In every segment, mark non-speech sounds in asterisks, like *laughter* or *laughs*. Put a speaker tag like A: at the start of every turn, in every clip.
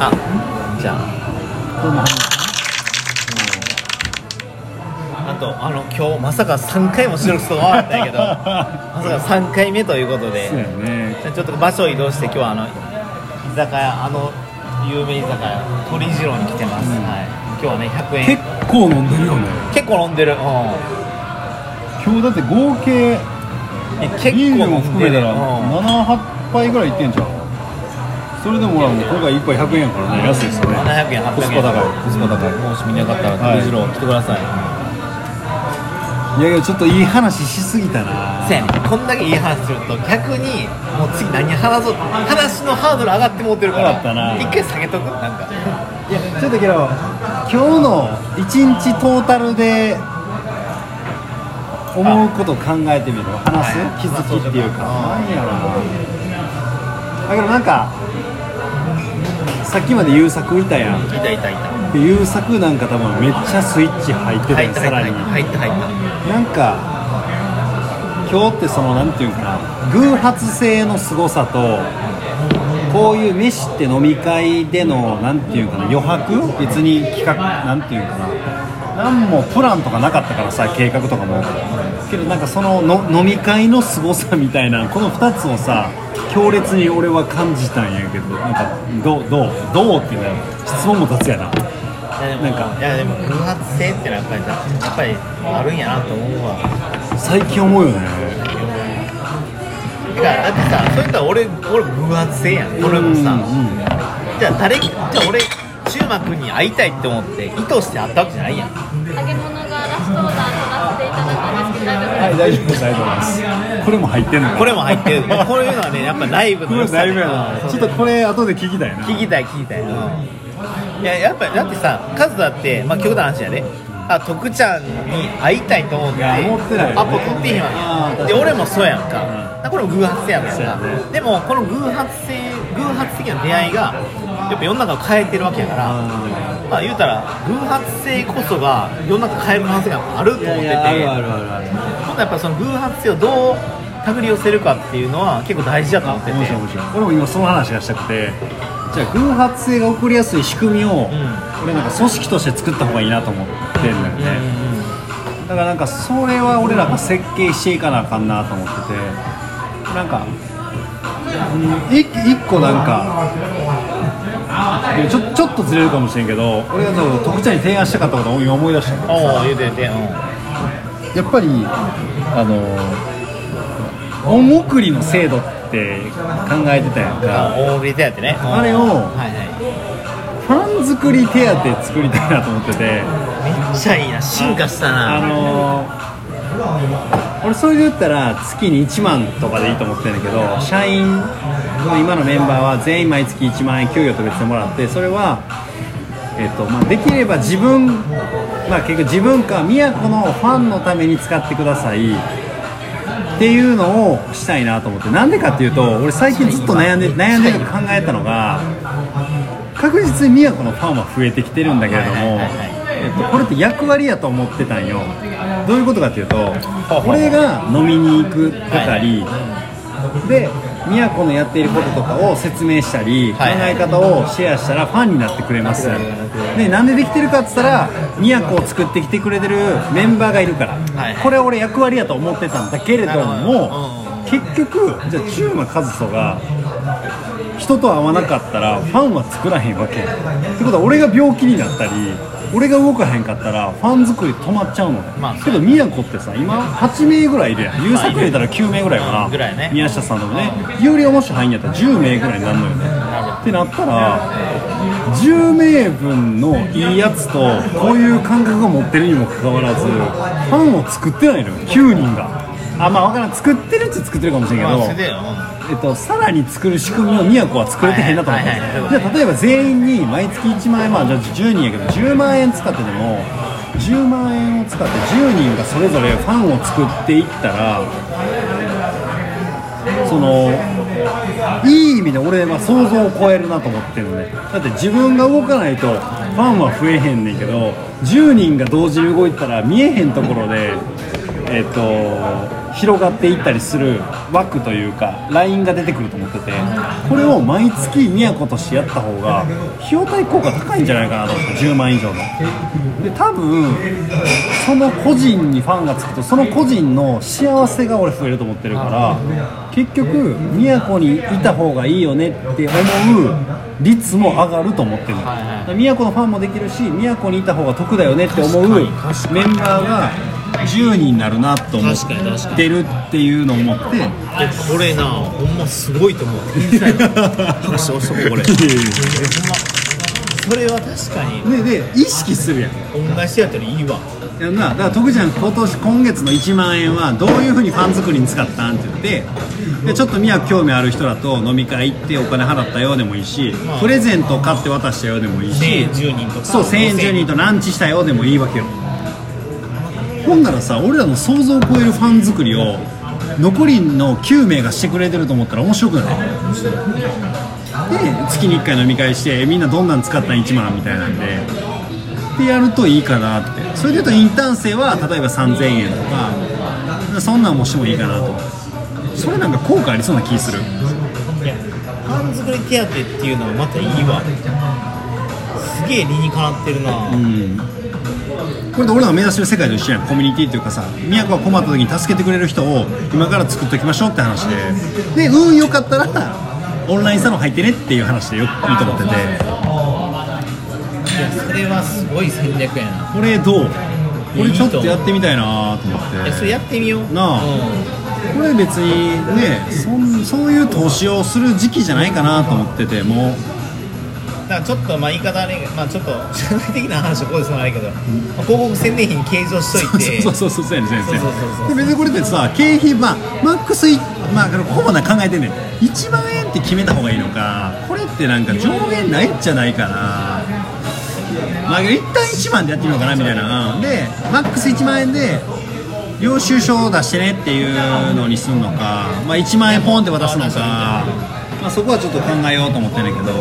A: あじゃあ
B: どうも
A: あとあの今日まさか3回も収録すると思わなかったんやけど
B: *laughs*
A: まさか3回目ということで
B: そうやね
A: ちょっと場所を移動して今日はあの居酒屋あの有名居酒屋鳥次郎に来てます、
B: うん
A: はい、今日はね100円
B: 結構飲んでるよね
A: 結構飲んでる、うん、
B: 今日だって合計
A: え結
B: ビールも
A: 構飲ん
B: 含め
A: でる
B: たら
A: うん
B: 78杯ぐらいいってんじゃんそれでもほらもう今回1杯100円やからね安いですよね
A: 700円800円
B: コスパ高いコスパ高い
A: もし見なかったら鳥次郎来てください、
B: いやいやちょっといい話しすぎたな
A: せやねんこんだけいい話すると逆にもう次何話そう話のハードル上がってもうてるから
B: 上がったな
A: 一回下げとくなんか
B: いやちょっとけど今日の1日トータルで思うことを考えてみる話す、
A: はい
B: 気づきっていうか
A: まあ
B: なんやろなだけどなんかさっきまで優作いたやん
A: いたいたいた
B: で優作なんか多分めっちゃスイッチ入ってた
A: 入
B: よ
A: った
B: さ
A: 入った
B: らに
A: 入った入った
B: なんか今日ってそのなんていうんかな偶発性のすごさとこういう飯って飲み会でのなんていうんかな余白別に企画なんていうんかな何もプランとかなかったからさ計画とかもけどなんかそのの飲み会のすごさみたいなこの2つをさ強烈に俺は感じたんやけどなんかどうどうどうっていうのは質問も雑やない
A: やでも
B: なんか
A: いやでも偶発性ってのはやっぱりさやっぱりあるんやなと思うわ
B: 最近思うよね
A: だからだってさそういったら俺俺偶発性やん俺もさ、
B: うん
A: じゃあ誰じゃあ俺中馬くんに会いたいって思って意図して会ったわけじゃないやん
C: 揚げ物がラストオーダーとなっていただくんですけ
B: はい、
C: ど大丈夫ですか
B: 大丈夫です、ありがとうございます。これも入ってんのかな
A: これも入ってるまあこういうのはねやっぱライブ
B: こ
A: の良
B: れも
A: さ
B: だ
A: で
B: いぶやな。
A: そう
B: ちょっとこれ後で聞きたいな。
A: 聞きたい聞きたい、いややっぱだってさカズだってまあ極端な話やであ徳ちゃんに会いたいと思って
B: いや思ってないよね
A: アポ取ってへん
B: あ
A: わ
B: ー
A: けや
B: 確か
A: で
B: に
A: 俺もそうやんか,、
B: う
A: これも偶発性やんか
B: そうやね
A: でもこの偶発性偶発的な出会いがやっぱ世の中を変えてるわけやから、
B: あ
A: まあ言うたら偶発性こそが世の中変える可能性があると思っ
B: ー
A: てて
B: るあるある。
A: 今度やっぱその偶発性をどう手繰り寄せるかっていうのは結構大事だと思ってて
B: 面白い面白い。俺も今その話がしたくて、じゃあ偶発性が起こりやすい仕組みを、俺なんか組織として作った方がいいなと思ってるんだよね。だからなんかそれは俺らが設計していかなあかんなと思っててなんか、うん、い一個なんかいやちょちょっとずれるかもしれんけど俺がそう徳ちゃんに提案したかったことを今思い出したんだけど
A: おお
B: さ
A: 言うててうん
B: やっぱりあの恩送りの制度って考えてたやんか
A: 大喜利手当てねうん
B: あれを
A: はいはい
B: ファン作り手当作りたいなと思ってて
A: めっちゃいいな進化した
B: あ
A: な
B: のー俺それで言ったら月に1万とかでいいと思ってるんだけど社員の今のメンバーは全員毎月1万円給与と別にもらってそれは、えっとまあ、できれば自分、まあ、結局自分か宮古のファンのために使ってくださいっていうのをしたいなと思ってなんでかっていうと俺最近ずっと悩んで悩んでる考えたのが確実に宮古のファンは増えてきてるんだけれども、
A: はいはいはいはい
B: えっと、これって役割やと思ってたんよどういうことかっていうと
A: ほうほう
B: 俺が飲みに行く係で宮古のやっていることとかを説明したり考
A: はい
B: え方をシェアしたらファンになってくれますでなんでできてるかっつったら宮古を作ってきてくれてるメンバーがいるから
A: はい
B: これ俺役割やと思ってたんだけれ
A: な
B: ど
A: るほ
B: も
A: ど
B: 結局じゃあ中馬和人が人と会わなかったらファンは作らへんわけってことは俺が病気になったり俺が動かへんかったらファン作り止まっちゃうのね、
A: まあ
B: けど宮古ってさ今8名ぐらいいるやん優作入れたら9名ぐらいかな、
A: うんぐらいね
B: 宮下さんでもね有料もし入んやったら10名ぐらいになるのよねってなったら10名分のいいやつとこういう感覚を持ってるにもかかわらずファンを作ってないのよ9人があまあ分からん作ってるっちゃ作ってるかもしれんけ
A: ま
B: ど、
A: あそれでうん
B: えっと、さらに作る仕組みを宮古は作れてへんなと思ったんです
A: はいはいはい
B: よじゃあ例えば全員に毎月1万円まあじゃあ10人やけど10万円使ってでも10万円を使って10人がそれぞれファンを作っていったらそのいい意味で俺は想像を超えるなと思ってるのねだって自分が動かないとファンは増えへんねんけど10人が同時に動いたら見えへんところでえっと1広がっていったりする枠というかラインが出てくると思っててこれを毎月宮古としてやった方が費用対効果高いんじゃないかなと思って10万以上ので多分その個人にファンがつくとその個人の幸せが俺増えると思ってるから結局宮古にいた方がいいよねって思う率も上がると思ってる、
D: いはい
B: だから宮古のファンもできるし宮古にいた方が得だよねって思うメンバーが10人になるなと思
A: 確かに確か
B: っ
A: に
B: てるっていうのを思って
A: やこれなほんますごいと思う拍手押しとこうこれそれは確かに
B: でで意識するやん
A: 恩返しやったらいいわ
B: やんなだから徳ちゃん今年今月の1万円はどういうふうにファン作りに使ったんって言ってでちょっと宮古興味ある人だと飲み会行ってお金払ったよでもいいしプレゼント買って渡したよでもいいし
A: 1000円10人とか
B: そう1000円10人とランチしたよでもいいわけよほんならさ俺らの想像を超えるファン作りを残りの9名がしてくれてると思ったら面白くないで月に1回飲み会してみんなどんなん使ったん1万みたいなんででやるといいかなってそれでいうとインターン生は例えば3000円とかそんなんもしてもいいかなとそれなんか効果ありそうな気する
A: いやファン作り手当っていうのはまたいいわすげえ理にかなってるな、
B: これで俺らが目指してる世界と一緒やんコミュニティっていうかさ宮古が困った時に助けてくれる人を今から作っておきましょうって話でで運良かったらオンラインサロン入ってねっていう話でよいいと思ってて
A: いやそれはすごい戦略やな
B: これどうこれちょっとやってみたいなと思っ
A: いやそれ
B: て
A: やってみよう
B: なあ
A: うん
B: これ別にねそんそういう投資をする時期じゃないかなと思っててもう
A: だからちょっとまあ言い方あれまあちょっと社会的な話はこうですもあれやけど、まあ広告宣伝費に計上しといて
B: *laughs* そうそうそうそうやね先
A: そうそうそうそう
B: 生で別にこれってさ経費まあマックスいまああのほぼな考えてんねん1万円って決めた方がいいのかこれってなんか上限ないんじゃないかなまあ一旦1万でやってみようかなみたいなでマックス1万円で領収書を出してねっていうのにすんのか、まあ、1万円ポンって渡すのか、まあ、そこはちょっと考えようと思ってんねんけど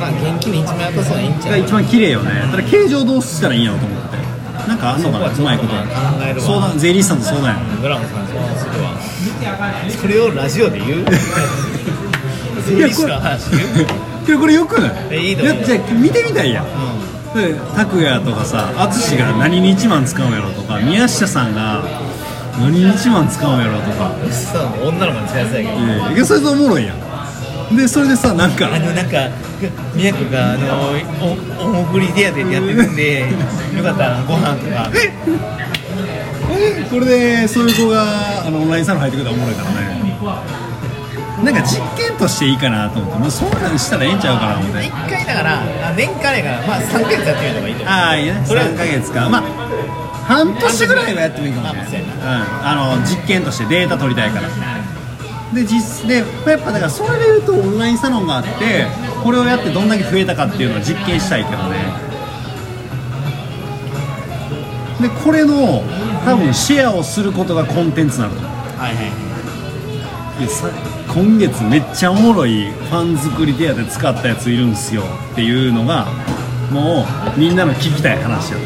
A: まあ現金で1万円渡すのがいいんちゃ
B: が
A: う
B: 一番綺麗よねただ形状どうしたらいいんやろうと思ってなんかあんのかなう
A: そこ
B: ま
A: はいちょ
B: こ
A: っ
B: と
A: と考えるわ
B: 相談税理士さんと相談やな
A: ブラウンさんそうするわそれをラジオで言うセ
B: いや
A: リ
B: こ
A: シ
B: れ
A: の話言う、
B: いやこれよくない
A: えいいの
B: やじゃあ見てみたいやん
A: う
B: で拓也とかさ淳が何に1万使うんやろとか宮下さんが何に1万使うんやろとか
A: ん、さ女の子に使いやすいやけど
B: いやいやそれぞれおもろいやんでそれでさなんか
A: あのなんか、宮古があのおお送り手当てってやってるんで、よかったらご飯とか、
B: これでそういう子があのオンラインサロン入ってくるとおもろいからねなんか実験としていいかなと思ってもうそうなんしたらええんちゃうかな思って
A: 一回だから、あ年間やから、まあ3ヶ月やってみるのがいいと思う。
B: ああいやね
A: それは
B: 3ヶ月かまあ半年ぐらいはやってもいいかもしれない、うん、あの実験としてデータ取りたいからで実でやっぱだからそれでいうとオンラインサロンがあってこれをやってどんだけ増えたかっていうのを実験したいけどねでこれの多分シェアをすることがコンテンツなの
A: はいはい
B: やさ今月めっちゃおもろいファン作り手当で使ったやついるんすよっていうのがもうみんなの聞きたい話や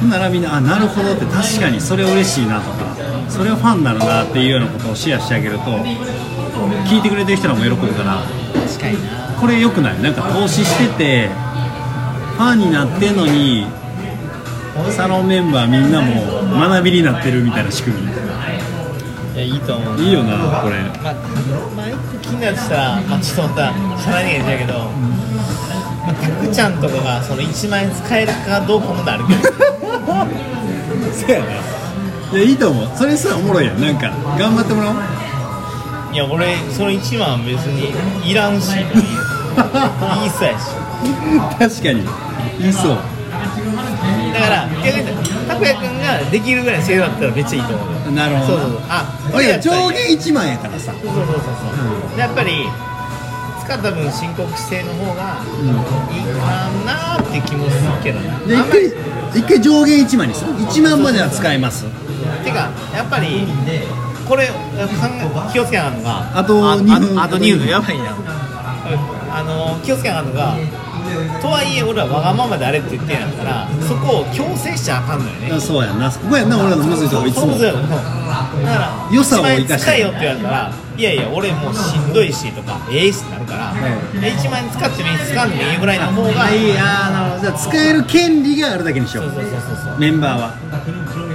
B: ほんならみんなあなるほどって確かにそれ嬉しいなとかそれはファンなのなっていうようなことをシェアしてあげると聞いてくれてる人らも喜ぶから
A: い、確かにな、
B: これ良くないなんか投資しててファンになってんのにサロンメンバーみんなも学びになってるみたいな仕組み
A: いや、いいと思う、
B: いいよなこれ
A: まあ、マイク気になってたら、まあ、ちょっとまた、しゃらにやけど、まあ、たくちゃんとかがその1万円使えるかどうかもな
B: *laughs*
A: るけど、
B: そうやねいやいいと思うそれすらおもろいやんなんか頑張ってもらおう
A: いや、俺、その1万別にいらんし、いいいいそうやし。
B: *laughs* 確かにいいそう
A: だから逆に言うと拓哉君ができるぐらいの制度だったらめっちゃいいと思うよ
B: なるほ
A: そ
B: ど
A: うそうそうあ
B: 俺ら上
A: そう
B: 限1万やから
A: そ
B: さ、
A: うそうそうそうやっぱり使った分申告制の方がいいかなって気もするけどな
B: で
A: あんまり
B: 一回一回上限1万にする1万までは使えます
A: てかやっぱりこれ考え気をつけなあかんのが
B: あと
A: あ
B: 2分
A: ああと2分やばいなあの気をつけなあかんのがとはいえ俺はわがままであれって言ってんやったらそこを強制しちゃあかんのよね
B: あそうやんなそこやんな俺らのむずいとこいつ
A: そう
B: も
A: そうそうだから
B: 良さを生かし
A: 1
B: て
A: 万円使えよって言われたらいやいや俺もうしんどいしとかええしってなるから、
B: う
A: で1万円使ってもいい使んでもいいぐらいの方が
B: あいいあーなるほどじゃあ使える権利があるだけにしよ
A: そう
B: う
A: そうそうそうそう
B: メンバーは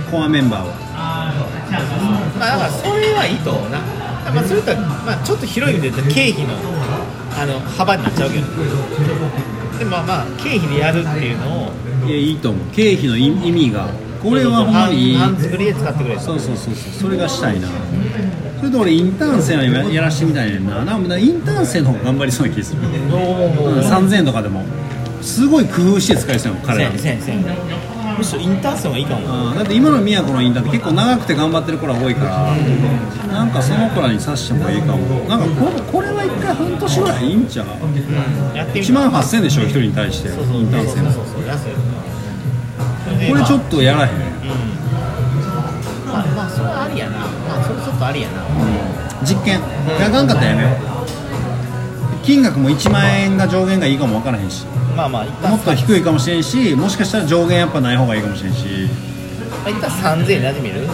B: コアメンバーは
A: まあだからそれはいいと思うな、まあ、それとは、まあ、ちょっと広い意味で言うと経費のあの幅になっちゃうけどでもまあまあ経費でやるっていうのを
B: いやいいと思う経費の意意味がこれはほんまにいい
A: 半半作りで使ってくれる
B: そうそうそうそうそれがしたいなそれと俺インターン生のややらしてみたいねんななんかインターン生の方が頑張りそうな気する、うん、3000円とかでもすごい工夫して使いそうやもん
A: せ
B: 彼
A: や
B: ら
A: ねせやねせやねむしろインターン生がいいかも
B: うんだって今の宮古のインターンって結構長くて頑張ってる子ら多いからなんかその子らに刺してもいいかもなんかここれは一回半年ぐらいいいんちゃう
A: やってみ
B: 1
A: た
B: 万8000円でしょ1人に対してイ
A: そう
B: ンターン生の
A: そうそうそう安いよ
B: これちょっとやらへん
A: まあまあそれはありやなまあそれちょっとありやな
B: 実験やかんかったらやめよう金額も1万円が上限がいいかも分からへんし
A: まあまあ一
B: も
A: 旦
B: っと低いかもしれんしもしかしたら上限やっぱない方がいいかもしれんし
A: 一旦3000円でやってみる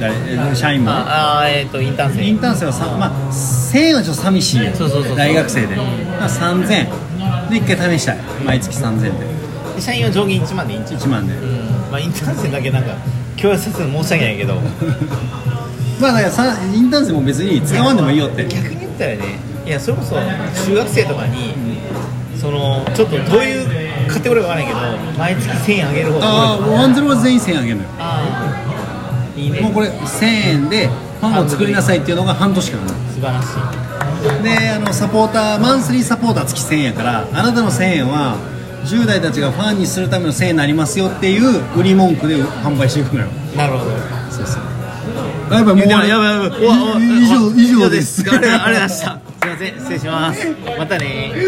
B: 誰え社員も
A: ああーえっ、とインターン
B: イ
A: 生
B: ンターン生はさ、まあ、1000円はちょっと寂しいやん
A: そうそうそうそう
B: 大学生で、まあ、3000円で一回試したい毎月3000円で
A: で社員は上限1万でいいんちゃう
B: 1万で
A: まあインターン生だけなんか共有させるの申し訳ないけど
B: まあだからさインターン生も別に使わんでもいいよって
A: 逆に言ったらねいやそれこそ中学生とかに、そのちょっとどういうカテゴリーかわからないけど毎月1000円あげる方が
B: ああワンゼロは全員1000円あげるのよ
A: ああいいね
B: もうこれ1000円でパンを作りなさいっていうのが半年間なの
A: 素晴らしい
B: であのサポーターマンスリーサポーター月1000円やからあなたの1000円は10代たちがファンにするための1000円になりますよっていう売り文句で販売していくのよ
A: なるほど
B: そうそうやばいもう
A: やばいやばいやばいおわおわ
B: 以上以上です
A: あれあれでしたすいません失礼しますまたね